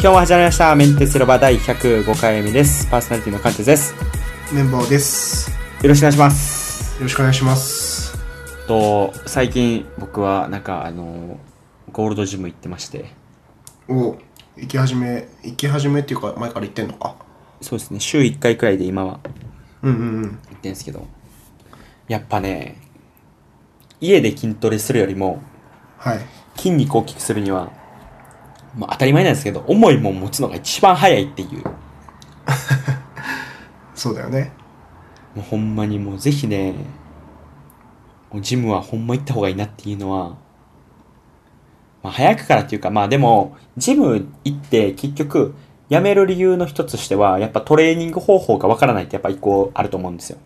今日も始まりました。メンテスロバ第105回目です。パーソナリティのカンテツです。よメンバーです。よろしくお願いします。ろしくお願いします。と、最近僕はなんかあの、ゴールドジム行ってまして、お行き始め、行き始めっていうか、前から行ってんのか。そうですね、週1回くらいで今はうんうんうん。行ってんですけど、やっぱね、家で筋トレするよりも、はい。筋肉を大きくするには、まあ当たり前なんですけど、重いもん持つのが一番早いっていう。そうだよね。もうほんまにもうぜひね、もうジムはほんま行った方がいいなっていうのは、まあ早くからっていうか、まあでも、ジム行って結局、辞める理由の一つとしては、やっぱトレーニング方法がわからないってやっぱ一個あると思うんですよ。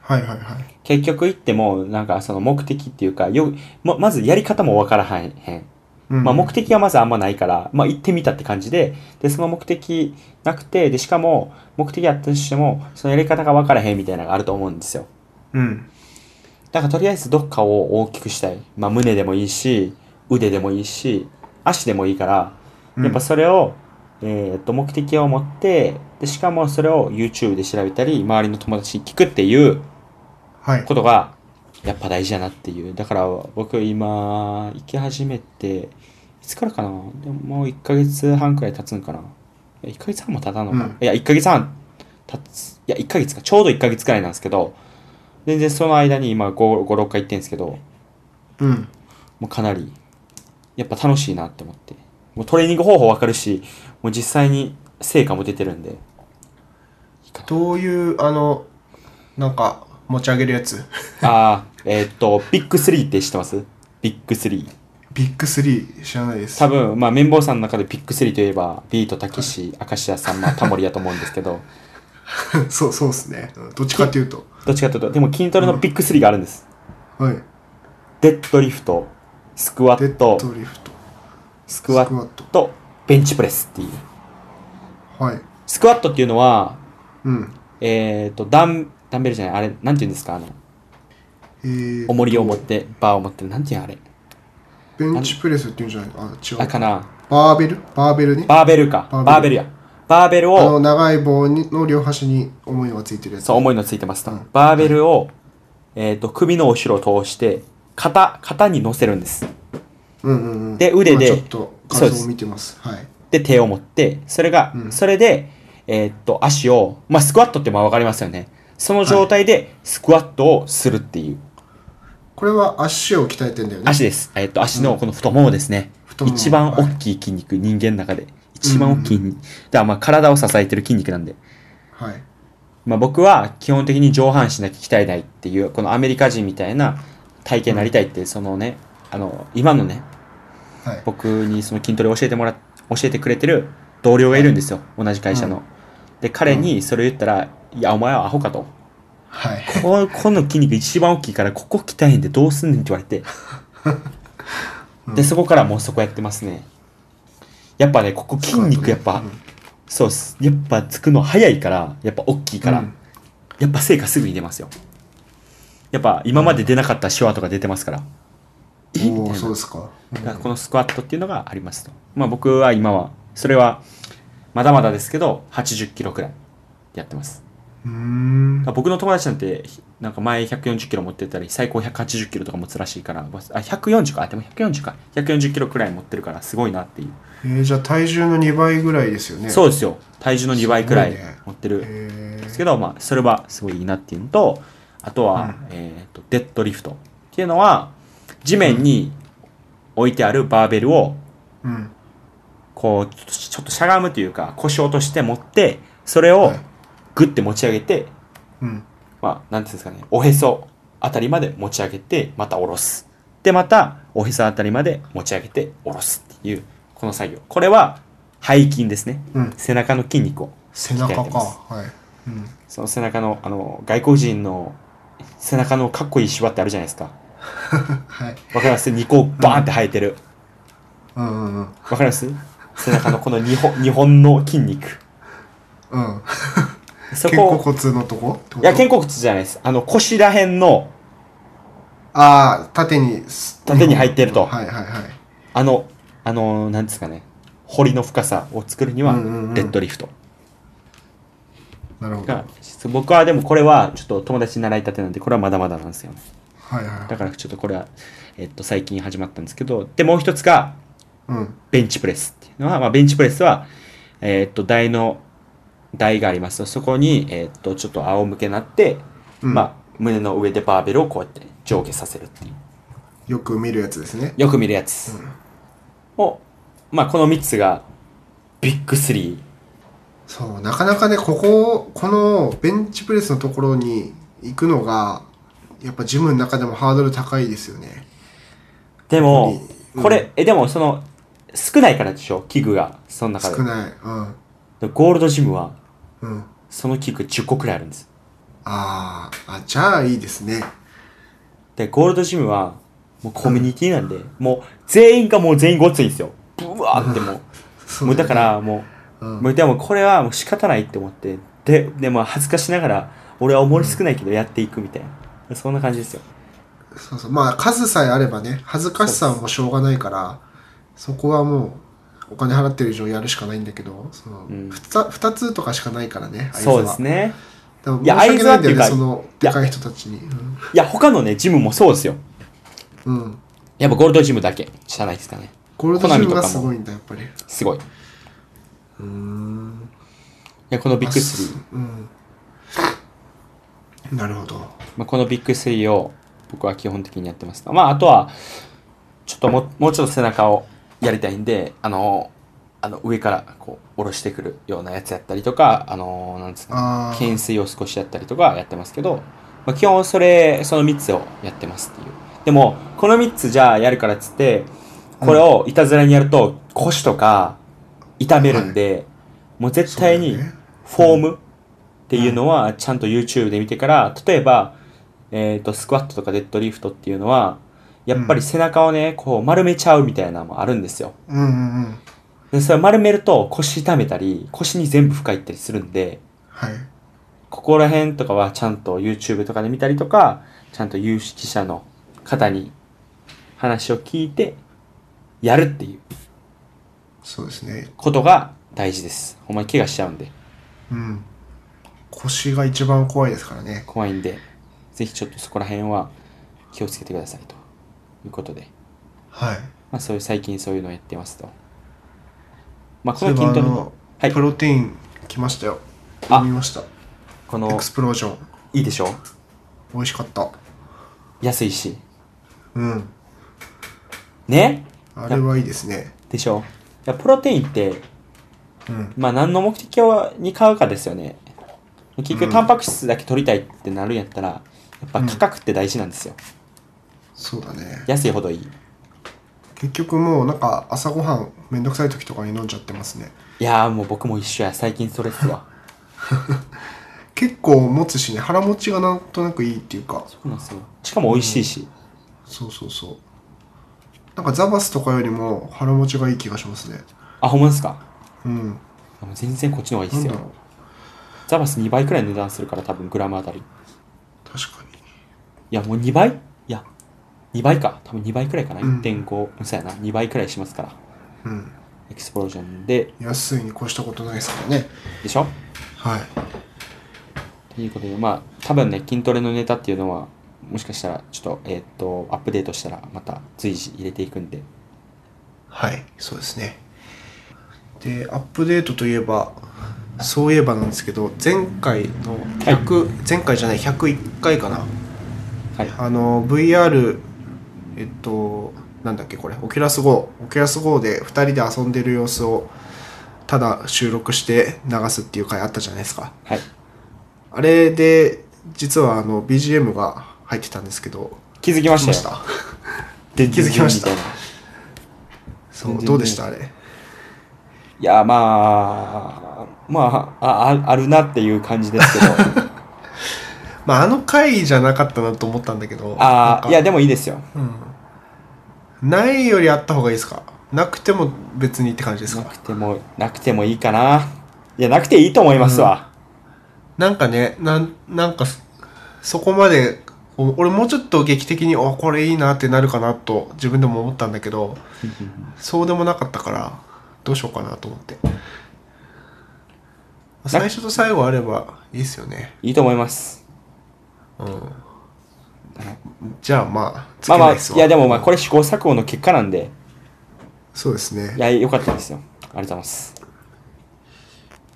はいはいはい。結局行っても、なんかその目的っていうか、よ、ま、まずやり方もわからはんへん。うんまあ、目的はまずあんまないから、まあ、行ってみたって感じで、で、その目的なくて、で、しかも、目的あったとしても、そのやり方が分からへんみたいなのがあると思うんですよ。うん。だからとりあえずどっかを大きくしたい。まあ、胸でもいいし、腕でもいいし、足でもいいから、うんやっぱそれを、えーっと、目的を持って、で、しかもそれを YouTube で調べたり、周りの友達に聞くっていうはい。ことが、やっぱ大事だなっていう。だから僕今、行き始めて、いつからかなでももう1ヶ月半くらい経つんかな ?1 ヶ月半も経たんのかな、うんいや、1ヶ月半経つ。いや、1ヶ月か。ちょうど1ヶ月くらいなんですけど、全然その間に今5、5 6回行ってんですけど、うん。もうかなり、やっぱ楽しいなって思って。もうトレーニング方法わかるし、もう実際に成果も出てるん で。どういう、あの、なんか、持ち上げるやつ。 あー、えーっと、ビッグ3って知ってますビッグ3。ビッグスリー知らないです。多分、まあ、綿棒さんの中でビッグ3といえば、ビートたけし、明石家さんま、タモリやと思うんですけ ど、 そう、そうですね。うんどっちかっていうと。どっちかというと、でも筋トレのビッグ3があるんです。はい。デッドリフト、スクワデッッドト、リフト。スクワスクワッットト、ベンチプレスっていう。はい。スクワットっていうのは、うん。えっ、と、ダン、ダンベルじゃない、あれ、なんて言うんですか、あの、えー、重りを持って、バーを持って、なんて言うんあれ。ベンチプレスっていうんじゃないあ、違あ、かう。な。バーベルバーベルね。バーベルか。バーベルバーベルや。バーベルあをの、、長い棒にの両端に重いのがついてるやつ。そう、重いのついてますとうん。バーベルを、えっ、と、首の後ろを通して、肩、肩に乗せるんです。うんうんうん、で腕で今ちょっと画像を見てますはいで手を持って、それが、うんそれで、えーっと、足を、まあ、スクワットってまあわかりますよね。その状態でスクワットをするっていう。これは足を鍛えてんだよね足です。えーっと、足のこの太ももですね。太もも一番はい大きい筋肉、人間の中で。一番大きい、だからまあ体を支えてる筋肉なんで。はいまあ、僕は基本的に上半身だけ鍛えたいっていう、このアメリカ人みたいな体型になりたいって、そのね、あの、今のね、はい僕にその筋トレを教えてもら教えてくれてる同僚がいるんですよ、同じ会社の、うで彼にそれを言ったら「いやお前はアホか」とはい「ここの筋肉一番大きいからここ鍛えんでどうすんねん」って言われてでそこからもうそこやってますねやっぱねここ筋肉やっぱ、そうっすやっぱつくの早いからやっぱ大きいから、うんやっぱ成果すぐに出ますよやっぱ今まで出なかったシワとか出てますから、えみたいおおなそうですか、うんがこのスクワットっていうのがありますと。まあ僕は今は、それはまだまだですけど、80キロくらいやってます。うーんだから僕の友達なんて、ひなんか前140キロ持ってたり、最高180キロとか持つらしいから、わあ、140か、あ、でも140か、140キロくらい持ってるからすごいなっていう。えー、じゃあ体重の2倍ぐらいですよねそううですよ。体重の2倍くらいすごいね持ってる。えですー、けど、まあ、それはすごいいいなっていうのと、あとは、えっ、と、デッドリフトっていうのは、地面に置いてあるバーベルをうんこう、ちょっとちょっとしゃがむというか、腰を落として持って、それをはいグッて持ち上げて、うんまあ、なんていうんですかね、おへそあたりまで持ち上げて、また下ろす。で、また、おへそあたりまで持ち上げて、下ろすっていう、この作業。これは、背筋ですね。うん背中の筋肉を。背中か鍛えてますはい、うん、 その背中の、あの、外国人の背中のかっこいいシワってあるじゃないですか。はいわかります二個バーンって生えてる。うんうんうんわかり ます背中のこの二本、二本の筋肉。うんそ肩こを甲骨のとこってこといや、肩甲骨じゃないです。あの、腰ら辺の、ああ縦に縦に入ってるとはいはいはいあの、あの、なんですかね。掘りの深さを作るにはうんうんうんデッドリフトなるほど。が僕はでもこれはちょっと友達に習いたてなんでこれはまだまだなんですよねはいはいはだい。からちょっとこれは、えっと、最近始まったんですけどでもう一つがうん。ベンチプレスっていうのは、まあ、ベンチプレスは、えーっと、台の、台があります。そこに、えーっと、ちょっと仰向けになって、うんまあ、胸の上でバーベルをこうやって上下させるっていう。よく見るやつですね。よく見るやつを、まあ、この3つが、ビッグ3。そう、なかなかね、ここ、このベンチプレスのところに行くのが、やっぱジムの中でもハードル高いですよね。でも、うんこれ、え、でもその、少ないからでしょ器具が。その中少で。ない。うん。ゴールドジムは、うん。その器具10個くらいあるんです。あーあ、じゃあいいですね。で、ゴールドジムは、もうコミュニティなんで、もう全員がもう全員ごっついんですよ。ブワーってもう。そもうよねだか、らもうう、んもうでもこれはもう仕方ないって思って、で、でも恥ずかしながら、俺はおもり少ないけどやっていくみたいな。そんな感じですよ。そうそう。まあ、数さえあればね、恥ずかしさはもうしょうがないから、そこはもう、お金払ってる以上やるしかないんだけど、その、んふた二つとかしかないからね、合図はそうです。ね。でもいや申し訳ないんだ合よね、図はってそいうかの、でかい人たちに。いや、他のね、ジムもそうですよ。うん。うん、やっぱゴールドジムだけじゃないですかね。ゴールドジムがコナミとかもすごいんだ、やっぱり。すごい。いうーん。や、このビッグそ3。うん。なるほど。まあ、このビッグ3を僕は基本的にやってます。まあ、あとは、ちょっとももうちょっと背中をやりたいんで、あの、あの上からこう下ろしてくるようなやつやったりとか、あの、なんですかね、ああ。懸垂を少しやったりとかやってますけど、まあ、基本それその3つをやってますっていうでもこの3つじゃあやるからっつってこれをいたずらにやると腰とか痛めるんで、もう絶対にそうフだよねォームっていうのはちゃんと YouTube で見てから例えば、えー、とスクワットとかデッドリフトっていうのはやっぱり背中をねこう丸めちゃうみたいなのもあるんですようんうんうん。でそれ丸めると腰痛めたり腰に全部負荷いったりするんではい。ここら辺とかはちゃんと YouTube とかで見たりとか、ちゃんと有識者の方に話を聞いて、やるっていうそうですね。ことが大事です。ほんまに怪我しちゃうんで、うん。腰が一番怖いですからね。怖いんで、ぜひちょっとそこら辺は気をつけてくださいということで、はい。まあそういう、最近そういうのをやってますと。まあこそういのえば筋あトレのの、、はいプ、ロテイン来ましたよ。あ飲みました。こエのク、スプロージョン。いいでしょ美味しかった。安いし。うん。ねあれはいいですね。でしょいやプロテインって、うん。まあ何の目的をに買うかですよね結うん局タンパク質だけ取りたいってなるんやったらやっぱ価格って大事なんですよ、そうだね。安いほどいい結局もうなんか朝ごはんめんどくさい時とかに飲んじゃってますね。いやーもう僕も一緒や最近それっすわ結構持つしね、腹持ちがなんとなくいいっていうか。そうなんですよしかも美味しいし、そうそうそう。なんかザバスとかよりも腹持ちがいい気がしますね。あほんまですかうん。もう全然こっちの方がいいっすなんよだろう。ザバス2倍くらいの値段するから多分グラムあたりい確かに。やもう2倍いや2倍か多分2倍くらいかな、うん1.5うんそうやな2倍くらいしますからうん。エクスプロージョンで安いに越したことないですからね。でしょはい。ということで、まあ、多分ね、筋トレのネタっていうのは、もしかしたら、ちょっと、えーっ、と、アップデートしたら、また随時入れていくんで。はい、そうですね。で、アップデートといえば、そういえばなんですけど、前回の100、前回じゃない、101回かな。はい。あの、VR、えっと、なんだっけこれ、オキュラス GO。オキュラス GO で2人で遊んでる様子を、ただ収録して流すっていう回あったじゃないですか。はい。あれで、実はあの、BGM が入ってたんですけど、気づきましたよ。全気然づきましたみいないそう、全然どうでしたあれ。いや、まあ、まあ、あ、ああるなっていう感じです けど。まあ、あの回じゃなかったなと思ったんだけど。なんあかあ、いや、でもいいですよ。うん、ないよりあった方がいいですかなくても別にって感じですなかくても、なくてもいいかな。いや、なくていいと思いますわ。なんかねなんなんかそそこまでこう俺もうちょっと劇的にあこれいいなってなるかなと自分でも思ったんだけどそうでもなかったからどうしようかなと思って最初と最後あればいいですよねいいと思います。じゃあまあつまあまあ、っすわいやでもまあこれ試行錯誤の結果なんで、そうですいねや、良かったですよ。ありがとうございます。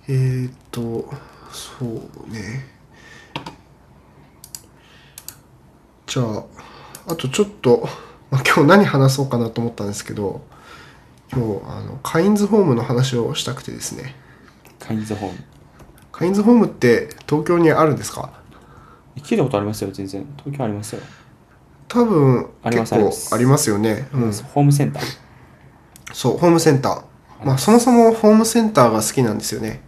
えー、っとそうねじゃああとちょっと、まあ、今日何話そうかなと思ったんですけど今日あのカインズホームの話をしたくてですねカインズホーム。カインズホームって東京にあるんですか聞いたことありますよ、全然。東京ありますよ。多分ありま結す構ありますよね、うん、ホームセンター。そうホームセンターまあそもそもホームセンターが好きなんですよね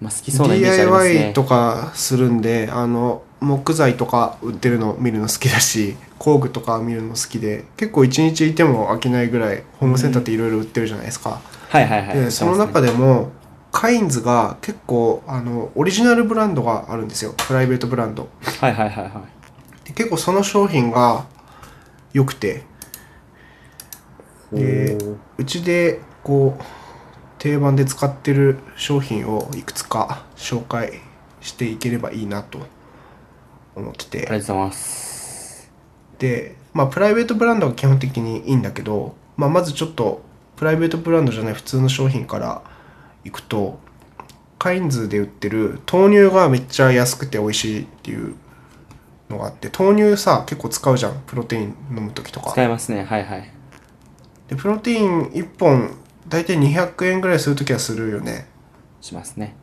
まあ、好きそうなイメージありますね。 DIY とかするんであの木材とか売ってるの見るの好きだし工具とか見るの好きで結構一日いても飽きないぐらいホームセンターっていろいろ売ってるじゃないですか、はいはいはい。でその中で。でもカインズが結構あのオリジナルブランドがあるんですよプライベートブランドはいはいはいはい。で結構その商品が良くてでうちでこう定番で使ってる商品をいくつか紹介していければいいなと思ってありがとうてございます。でまあプライベートブランドは基本的にいいんだけど、まあ、まずちょっとプライベートブランドじゃない普通の商品からいくとカインズで売ってる豆乳がめっちゃ安くて美味しいっていうのがあって豆乳さ結構使うじゃんプロテイン飲む時とか使えますね、はいはい。でプロテイン1本大体200円ぐらいするときはするよねしますね。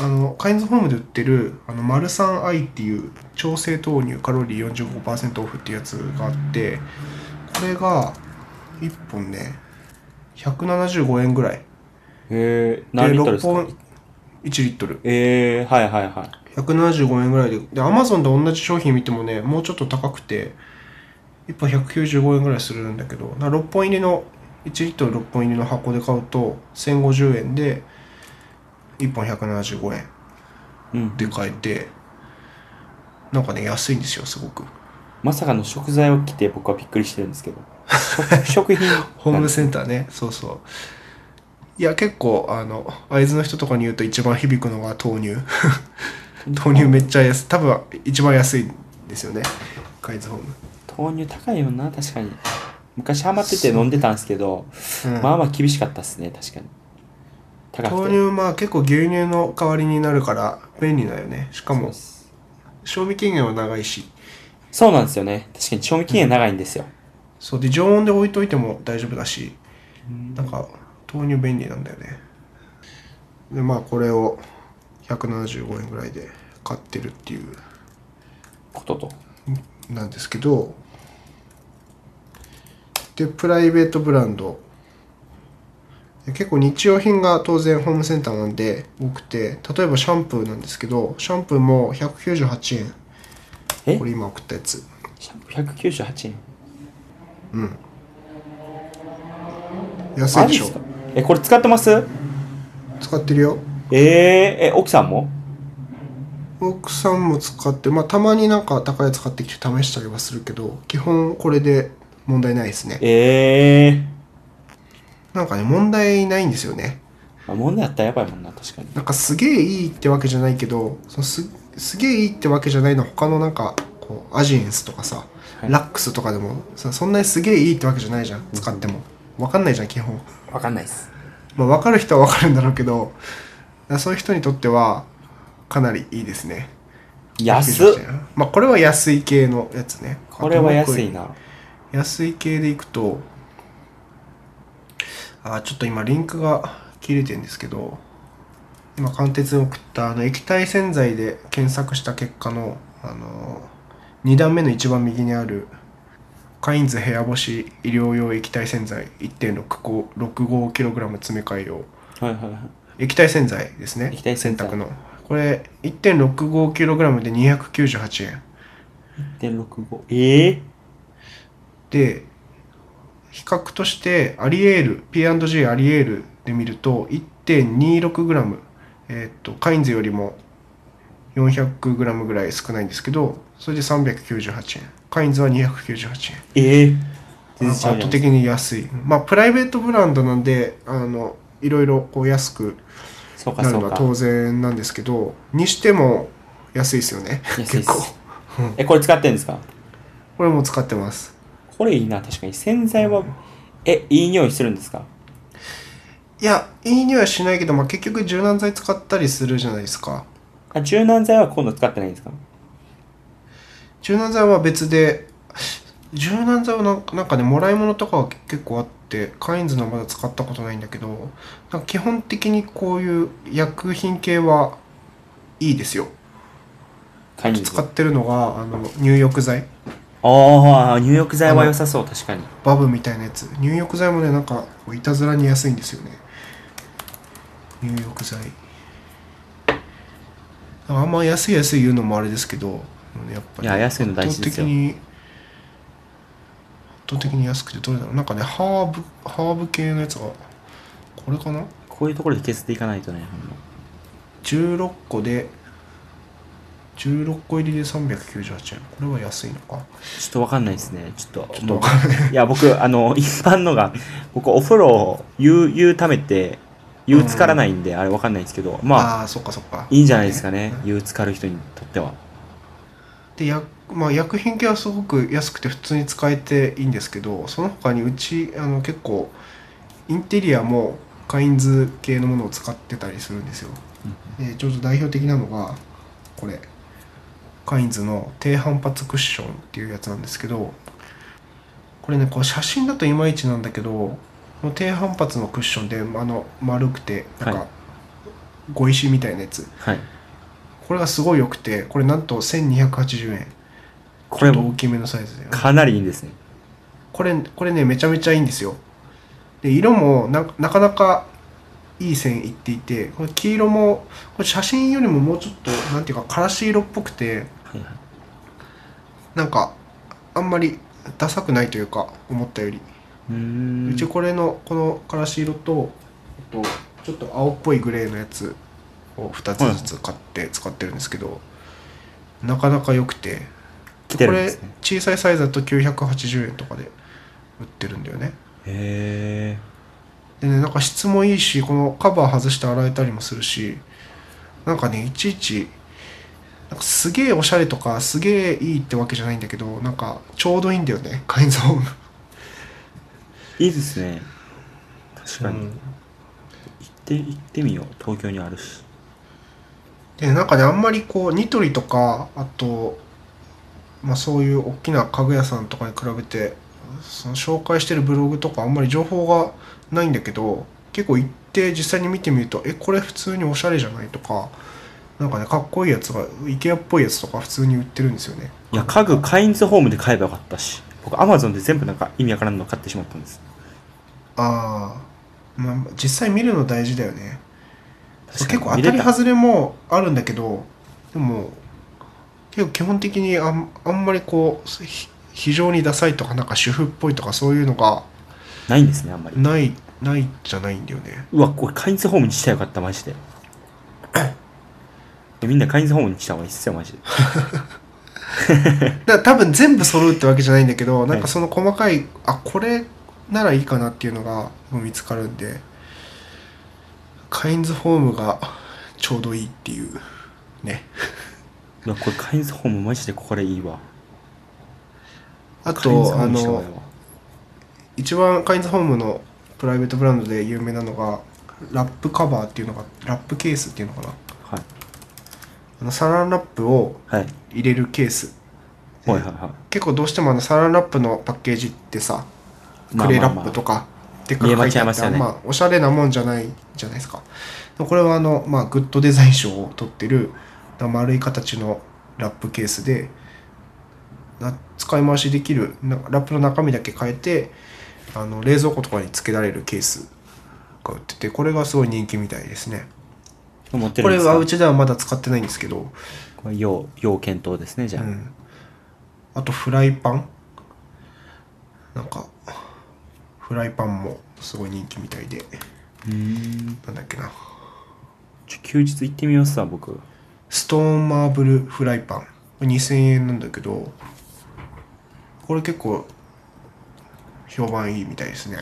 あのカインズホームで売ってるあのマルサンアイっていう調整豆乳カロリー45%オフっていうやつがあってこれが1本ね175円ぐらいでへえー、何リットルですか6本1リットルえー、はいはいはい。 175円ぐらいででアマゾンで同じ商品見てもねもうちょっと高くて1本195円ぐらいするんだけどな6本入りの1リットル6本入りの箱で買うと1050円で1本175円うん。で買えてなんかね安いんですよすごくまさかの食材を着て僕はびっくりしてるんですけど。 食品。ホームセンターねそうそういや結構あの会津の人とかに言うと一番響くのが 豆乳豆乳めっちゃ安い多分一番安いんですよね会津ホーム豆乳高いよな、確かに。昔ハマってて飲んでたんですけど、うんまあまあ厳しかったっすね、確かに。高く豆て。乳まあ結構牛乳の代わりになるから便利だよねしかそうもです賞味期限は長いしそうなんですよね。確かに賞味期限長いんですよ。そうで常温で置いといても大丈夫だしなんか豆乳便利なんだよねでまあこれを175円ぐらいで買ってるっていうことと。なんですけどでプライベートブランドで結構日用品が当然ホームセンターなんで多くて例えばシャンプーなんですけどシャンプーも198円えこれ今送ったやつシャンプー198円。安いマでジしでょすかえ、これ使ってます使ってるよえー、え、奥さんも奥さんも使ってまあたまになんか高いやつ買ってきて試したりはするけど基本これで問題ないですねええなんかね問題ないんですよねー。あ、問題あったらやばいもんな、確かに。なんかすげえいいってわけじゃないけどそのすすげえいいってわけじゃないのは他のなんかこうアジエンスとかさ、はいラックスとかでもさそんなにすげえいいってわけじゃないじゃん使っても分かんないじゃん基本わかんないっす。まあ分かる人は分かるんだろうけどだからそういう人にとってはかなりいいですね安っ98円まあこれは安い系のやつねこれは安いな。安い系でいくとあちょっと今リンクが切れてんですけど今貫徹に送ったあの液体洗剤で検索した結果の、あの2段目の一番右にあるカインズ部屋干し医療用液体洗剤 1.65kg 詰め替え用はいはいはい。液体洗剤ですね液体洗剤濯のこれ 1.65kg で298円1.65。ええー。で比較としてアリエール P&G アリエールで見ると 1.26g、えー、とカインズよりも 400g ぐらい少ないんですけどそれで398円カインズは298円ええー。全然圧倒的に安いまあプライベートブランドなんであのいろいろこう安くそうかなるそのうはか当然なんですけどにしても安いですよね安いです結構 えこれ使ってんですかこれも使ってますこれいいな確かに洗剤 はえいい匂いするんですかいやいい匂いはしないけど、まあ、結局柔軟剤使ったりするじゃないですかあ柔軟剤は今度使ってないんですか柔軟剤は別で柔軟剤はなんかなんかねもらい物とかは結構あってカインズのはまだ使ったことないんだけどなんか基本的にこういう薬品系はいいですよカインズ使ってるのがあの入浴剤ああ入浴剤は良さそう確かにバブみたいなやつ入浴剤もねなんかこういたずらに安いんですよね入浴剤あんま安い安い言うのもあれですけどやっぱりいや安いの大事ですよ圧倒的に圧倒的に安くてどれだろうなんかねハーブハーブ系のやつがこれかなこういうところで削っていかないとねほんま16個で16個入りで398円これは安いのかちょっとわかんないですねちょっとちょっともわうかんないいや僕あの一般のが僕お風呂を湯湯ためて湯浸からないんで、あれわかんないですけどまあああーそっかそっかいいんじゃないですかね湯浸かる人にとってはで薬,、まあ、薬品系はすごく安くて普通に使えていいんですけどその他にうちあの結構インテリアもカインズ系のものを使ってたりするんですよ、でちょうど代表的なのがこれカインズの低反発クッションっていうやつなんですけどこれねこう写真だといまいちなんだけどこの低反発のクッションであの丸くてなんはか碁石みたいなやつ、はいこれがすごい良くてこれなんと1280円これちょっとも大きめのサイズだよねかなりいいんですねこれこれねめちゃめちゃいいんですよで色もななかなかいい線いっていてこれ黄色もこれ写真よりももうちょっとなんていうかからし色っぽくてはいはいなんかあんまりダサくないというか思ったより、うーうんちこれのこのからし色とあとちょっと青っぽいグレーのやつを2つずつ買って使ってるんですけど、なかなか良くて来てるんですねこれ小さいサイズだと980円とかで売ってるんだよねへえでねなんか質もいいしこのカバー外して洗えたりもするしなんかねいちいちなんかすげえおしゃれとかすげえいいってわけじゃないんだけどなんかちょうどいいんだよね改造いいですね確かに、うん行って行ってみよう東京にあるしでなんかねあんまりこうニトリとかあと、まあ、そういう大きな家具屋さんとかに比べてその紹介してるブログとかあんまり情報がないんだけど結構行って実際に見てみるとえこれ普通におしゃれじゃないとかなんかねかっこいいやつが IKEA っぽいやつとか普通に売ってるんですよねいや家具カインズホームで買えばよかったし僕アマゾンで全部なんか意味わからんの買ってしまったんですああまあ実際見るの大事だよね確か結に構当たり見れ外れもあるんだけどでも結構基本的にあんあんまりこうひ非常にダサいとかなんか主婦っぽいとかそういうのがないんですねあんまりないないじゃないんだよねうわこれカインズホームにしたらよかったマ ジでみんなカインズホームにした方がいいっすよマジでだから多分全部揃うってわけじゃないんだけどいなんかその細かいあこれならいいかなっていうのが見つかるんでカインズホームがちょうどいいっていうねうわこれカインズホームマジでこれいいわあカインズとホーあムにした方のがいいわ一番カインズホームのプライベートブランドで有名なのがラップカバーっていうのがラップケースっていうのかなはいあのサランラップをはい入れるケースはいはいは結構どうしてもあのサランラップのパッケージってさいまあクレーまあラップとかでっか見えく書まいちてゃいあまっすてあよんねまおしゃれなもんじゃないじゃないですかでこれはあの、まあ、グッドデザイン賞を取ってる丸い形のラップケースでな使い回しできるなラップの中身だけ変えてあの冷蔵庫とかに付けられるケースが売っててこれがすごい人気みたいですねまあ持ってるこんれですはかうちではまだ使ってないんですけど、これ要要検討ですねじうゃあ、ん、あとフライパンなんかフライパンもすごい人気みたいでうーんなんだっけなちょ休日行ってみますわ僕ストーンマーブルフライパンこれ2000円なんだけどこれ結構評判いいみたいですね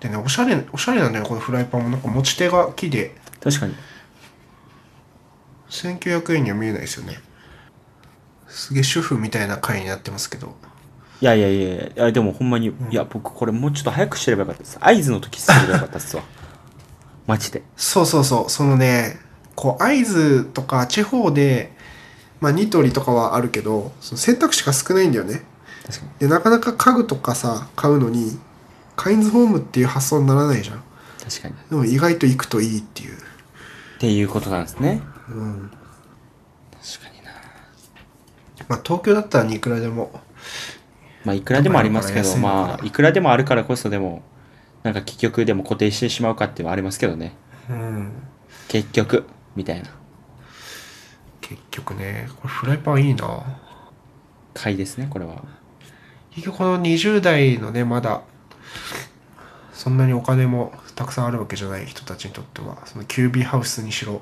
でねおしゃれおしゃれなんだよこのフライパンもなんか持ち手が木で確かに。 1900円には見えないですよねすげえ主婦みたいな回になってますけどいやいやいやいや、でもほんまに、いや、僕これもうちょっと早く知ればよかったです。合図の時知ればよかったっすわ。 マジで。そうそうそうそのねこう会津とか地方でまあニトリとかはあるけどその選択肢が少ないんだよね確かに。でなかなか家具とかさ買うのにカインズホームっていう発想にならないじゃん確かに。っでも意外と行くといいっていうていうことなんですね。うん確かにな。まあ東京だったらいくらでもまあ、いくらでもありますけだど、から安いのかなまあ、いくらでもあるからこそでも、なんか結局でも固定してしまうかっていうのはありますけどね。うん結局、みたいな結局ねこれフライパンいいな回ですね、これは。結局この20代のねまだそんなにお金もたくさんあるわけじゃない人たちにとってはそのキュービーハウスにしろ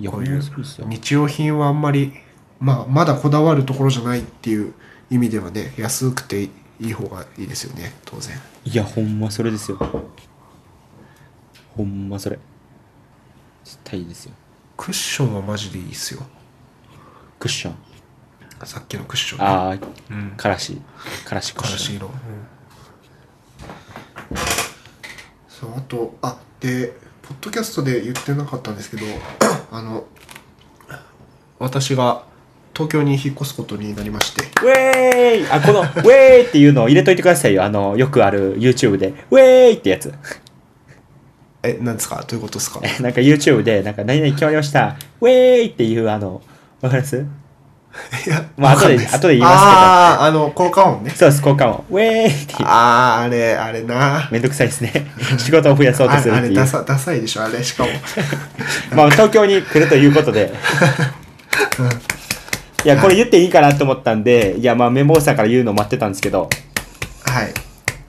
いや、こほうんいまうそうですよ。日用品はあんまり、まあ、まだこだわるところじゃないっていう意味ではね安くていい方がいいですよね当然いや、ほんまそれですよ。ほんまそれ。絶対いいですよ。クッションはマジでいいっすよクッション。さっきのクッションねああ、うんからし。からしクッ悲ション。しい色、うんそうあとあでポッドキャストで言ってなかったんですけど あの私が東京に引っ越すことになりましてウェーイあ、この、ウェーイっていうのを入れといてくださいよ。あの、よくある YouTube で。ウェーイってやつ。えなんですかどういうことですか なんか YouTube で、なんか何々決まりました。ウェーイっていう、あの、わかりますいやまあわかんないす後で後で言いますけどあああの効果音ねそうです、交換音。ウェーイっていう。あああれあれなめんどくさいですね。 仕事を増やそうとあすれるっあてれいうダ。サダサいでしょあれしかも まあ、東京に来るということで。いや、これ言っていいかなと思ったんで、いや、まあ、メモさんから言うのを待ってたんですけど、はい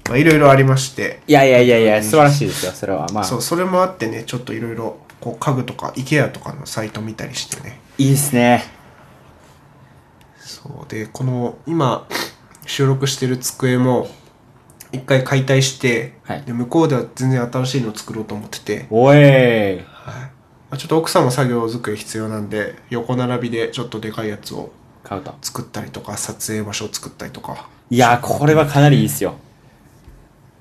まあいろいろありましていやいやいやいや、素晴らしいですよ、それは。まあ、そうそれもあってねちょっといろいろこう家具とか IKEA とかのサイト見たりしてねいいですね。そうでこの今収録してる机も一回解体して、はいで向こうでは全然新しいのを作ろうと思ってて、おえい。はいまあ、ちょっと奥さんも作業作り必要なんで横並びでちょっとでかいやつを買うと。作ったりとか撮影場所を作ったりとかいや、これはかなりいいですよ。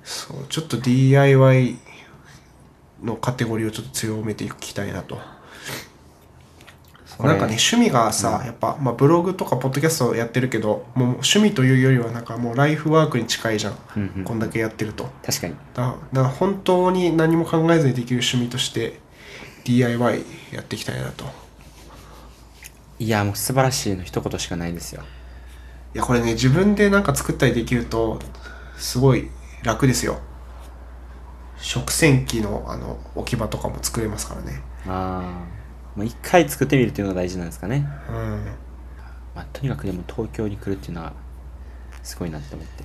そうちょっと DIY のカテゴリーをちょっと強めていきたいなとこれなんかね趣味がさ、やっぱ、まあ、ブログとかポッドキャストやってるけどもう趣味というよりはなんかもうライフワークに近いじゃん、うんうんこんだけやってると確かに。だだから本当に何も考えずにできる趣味として DIY やっていきたいなといや、もう素晴らしいの一言しかないですよ。いやこれね自分でなんか作ったりできるとすごい楽ですよ食洗機のあの置き場とかも作れますからねああ。まあ、一回作ってみるっていうのが大事なんですかね。うんまあ、とにかくでも東京に来るっていうのは、すごいなって思って。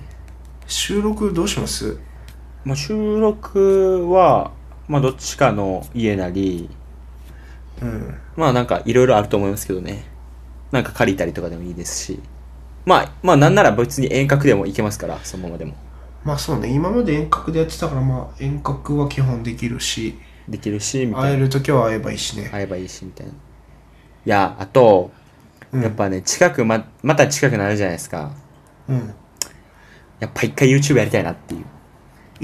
収録どうしますまあ、収録は、まあ、どっちかの家なり、うんまあなんかいろいろあると思いますけどね。なんか借りたりとかでもいいですし。まあ、まあなんなら別に遠隔でも行けますから、そのままでも。まあそうね今まで遠隔でやってたからまあ遠隔は基本できるしできるし、みた会えいな。る時は会えばいいしね会えばいいし、みたいな。いや、あと、うんやっぱね、近くま、また近くなるじゃないですか。うんやっぱ一回 YouTube やりたいなっていう。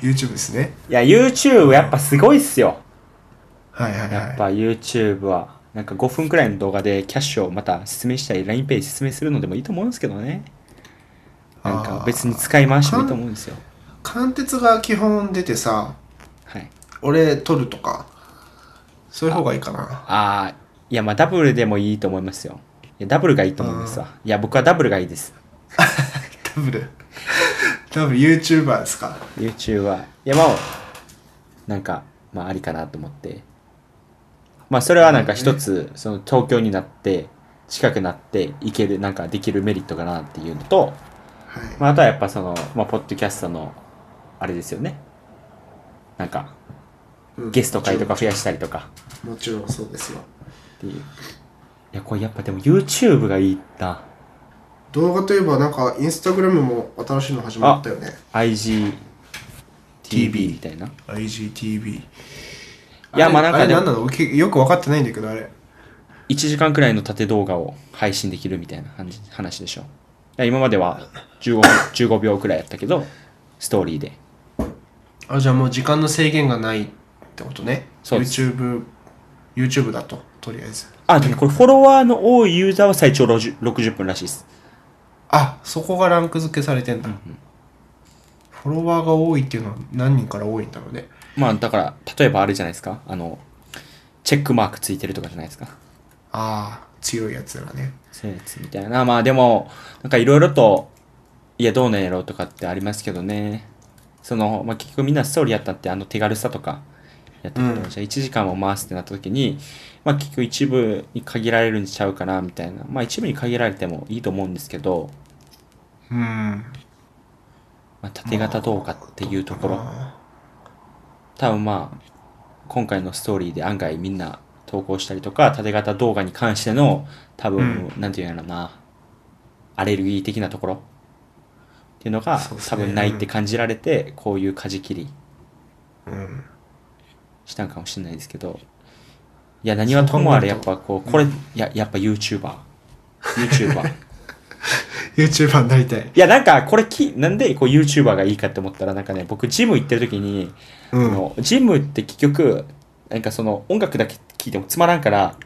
YouTubeYouTube ですねいや、YouTube やっぱすごいっすよ。はいはいやっはぱ YouTube は。なんか5分くらいの動画でキャッシュをまた説明したり、LINEPay 説明するのでもいいと思うんですけどね。なんか別に使い回してもいいと思うんですよ。い貫徹が基本出てさはい。俺撮るとかそういう方がいいかなああ、いや、まあ、ダブルでもいいと思いますよ。いや、ダブルがいいと思いますわ。いや、僕はダブルがいいです。ダ ブルダブル YouTuber ですか YouTube は。いや、まあ、なんか、まあ、ありかなと思って。まあ、それはなんか一つ、その東京になって、近くなって、行ける、なんかできるメリットかなっていうのと、はいまあ、あとはやっぱその、まあ、ポッドキャストの、あれですよね。なんか、うんゲスト会とか増やしたりとか。もちろんもちろんそうですよっていう。いや、これやっぱでも YouTube がいいな。動画といえばなんかインスタグラムも新しいの始まったよね IGTV みたいな。 IGTV いいや、まあなんかあれでなんも、なのけよく分かってないんだけどあれ1時間くらいの縦動画を配信できるみたいな感じ話でしょ。いや今までは15分 ,15 秒くらいやったけど、ストーリーで。あじゃあもう時間の制限がないってことねそうです YouTube YouTube だととりあえずあ、でもこれフォロワーの多いユーザーは最長60 60分らしいです。あそこがランク付けされてんだ、フォロワーが多いっていうのは何人から多いんだろうねまあだから、例えばあれじゃないですか。あの、チェックマークついてるとかじゃないですか。ああ強いやつらねそういうやつみたいな。まあでも、なんかいろいろと、いや、どうなんやろうとかってありますけどね。その、まあ、結局みんなストーリーやったって、あの手軽さとか、やってるうんじゃあ1時間も回すってなった時に、まあ結局一部に限られるんちゃうかな、みたいな。まあ一部に限られてもいいと思うんですけど、うんまあ縦型どうかっていうところ。あ多分まあ、今回のストーリーで案外みんな投稿したりとか、縦型動画に関しての、多分、なんていうんやろな、アレルギー的なところっていうのが、そうっすね多分ないって感じられて、こういう舵切りーうんしたんかもしれないですけど、いや、何はともあれ、やっぱこう、これ、いや、やっぱ YouTuber。YouTuber。い YouTuber になりたいや、なんか、これき、なんでこう YouTuber がいいかって思ったら、なんかね、僕、ジム行ってる時に、うあんはのジムって結局、なんかその、音楽だけ聴いてもつまらんから、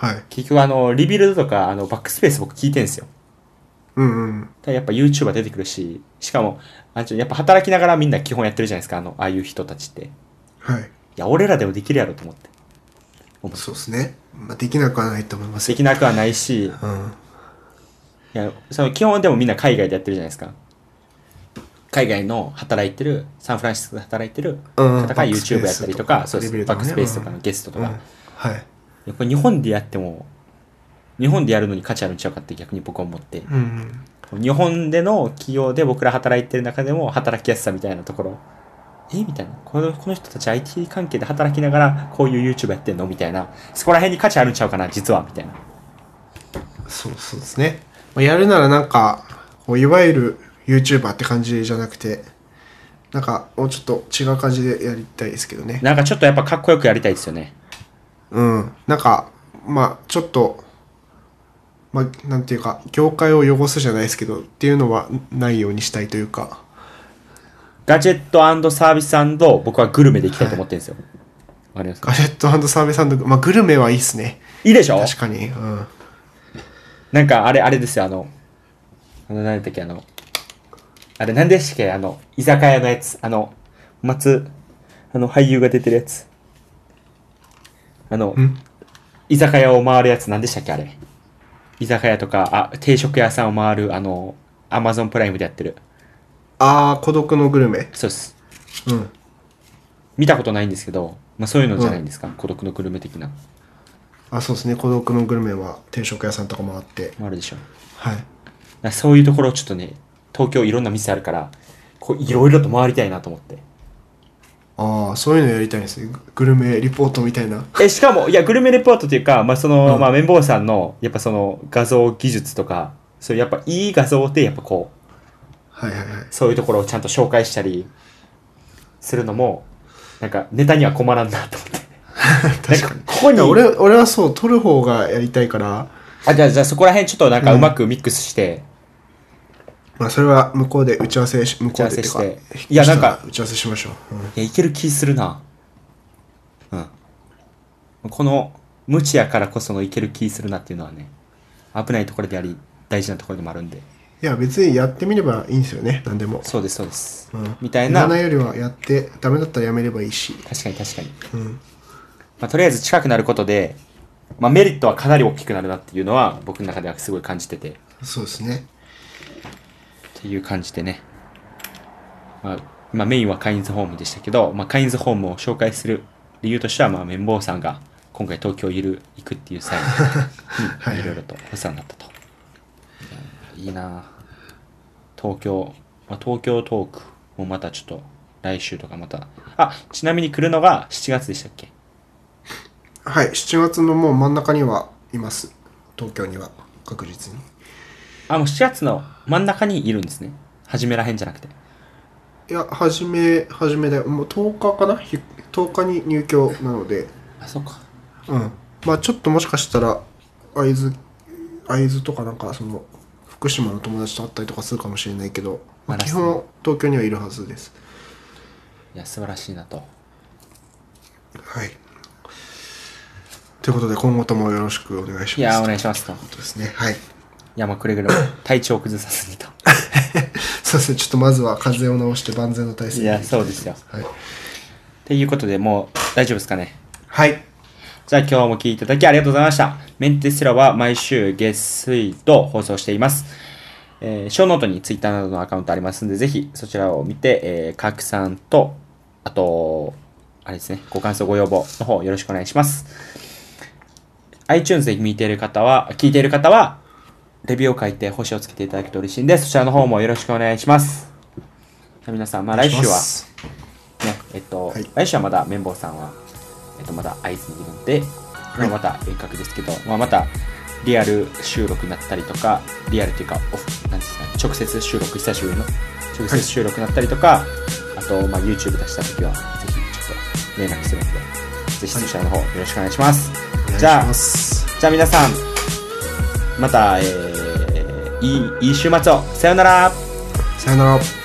い結局あの、リビルドとか、あの、バックスペース僕聞いてんすよ。うんうんただやっぱ YouTuber 出てくるし、しかも、あちょやっぱ働きながらみんな基本やってるじゃないですか、あの、ああいう人たちって。いはいや、俺らでもできるやろと思って。そうですね、まあ、できなくはないと思いますできなくはないし、いうんや、その基本でもみんな海外でやってるじゃないですか。海外の働いてる、サンフランシスコで働いてるうん方が YouTube やったりとか、そうです、バックスペースとかのねゲストとうん、うか。んはいやっぱ日本でやっても、日本でやるのに価値あるんちゃうかって逆に僕は思って。うんうん日本での企業で僕ら働いてる中でも働きやすさみたいなところえみたいなこのこの人たち IT 関係で働きながらこういう YouTube やってんのみたいなそこら辺に価値あるんちゃうかな実はみたいなそうそうですね。まあやるならなんか、こういわゆる YouTuber って感じじゃなくて、なんかもうちょっと違う感じでやりたいですけどね。なんかちょっとやっぱかっこよくやりたいですよねうん。なんか、まあちょっと、まあなんていうか、業界を汚すじゃないですけど、っていうのはないようにしたいというか、ガジェットサービス僕はグルメでいきたいと思ってるんですよわかりますかガジェットサービスまあグルメはいいっすね。いいでしょ確かに。うん。なんかあれあれですよあのあの何だっけあのあれ何でしたっけあの居酒屋のやつあの松あの俳優が出てるやつあのん居酒屋を回るやつ何でしたっけあれ居酒屋とかあ定食屋さんを回るあのアマゾンプライムでやってるあー、孤独のグルメ。そうですうん。見たことないんですけど、まあ、そういうのじゃないんですか、孤独のグルメ的なあ、そうですね。孤独のグルメは定食屋さんとかもあって。あるでしょはい。なそういうところをちょっとね東京いろんな店あるからこういろいろと回りたいなと思ってああ、そういうのやりたいんですね。ググルメリポートみたいな。えしかもいやグルメレポートというか、まあそのうんまあ、綿棒さんのやっぱその画像技術とかそういうやっぱいい画像ってやっぱこうはいはいはい。そういうところをちゃんと紹介したりするのもなんかネタには困らんなと思って 確なかんに。かここいにや俺俺はそう、撮る方がやりたいから、あじゃあじゃあそこら辺ちょっとなんかうまくミックスして、まあ、それは向こうで打ち合わせし、向こ打うでち合わせしててかいやなんか打ち合わせしましょう。うんいやいける気するなうんこの無知やからこそのいける気するなっていうのはね危ないところであり大事なところでもあるんでいや、別にやってみればいいんですよね、何でも。そうですそうです、うんみたいやならないよりはやって、ダメだったらやめればいいし。確かに確かにうん。まあ、とりあえず近くなることで、まあ、メリットはかなり大きくなるなっていうのは僕の中ではすごい感じててっそうですね。ていう感じでね、まあ、今メインはカインズホームでしたけど、まあ、カインズホームを紹介する理由としては、まあ、綿棒さんが今回東京いる行くっていう 際にはいいろいろとお世話になったといいなあ東京、まあ、東京トークもまたちょっと来週とかまたあちなみに来るのが7月でしたっけはい、7月のもう真ん中にはいます。東京には、確実に。あ、もう7月の真ん中にいるんですね。初めらへんじゃなくて。いや初め初めだよもう10日かなひ10日に入居なのであ、そうか。うんまあちょっともしかしたら会津会津とかなんかその福島の友達と会ったりとかするかもしれないけど、まあ、まあ基本東京にはいるはずですいや、素晴らしいなと。はいということで今後ともよろしくお願いしますいや、おという願いしますと。いことですねはい や、まあ、くれぐれも体調を崩さずにと。そうですねちょっとまずは風邪を治して万全の体制いや、そうですよ。はい、ということで、もう大丈夫ですかね。はい、じゃあ今日も聞いていただきありがとうございました。メンテスラは毎週月水と放送しています。えー、ショーノートにツイッターなどのアカウントありますんで、ぜひそちらを見て、えー、拡散と、あと、あれですね、ご感想、ご要望の方よろしくお願いします。iTunes で見ている方は、聞いている方は、レビューを書いて星をつけていただくと嬉しいんで、そちらの方もよろしくお願いします。じゃあ皆さん、まあ来週は、ね、えっと、はい来週はまだ綿棒さんは、えっと、まだ会津にいるので、まあまた遠隔ですけど、まあ、またリアル収録になったりとか、リアルというか、オフなんですかね、直接収録、久しぶりの直接収録になったりとか、あと、まあ、YouTube 出したときは、ぜひちょっと連絡するので、ぜひそちらの方よろしくお願いします。じゃあ、あじゃあ皆さん、また、えーいい、いい週末を。さようなら。さよなら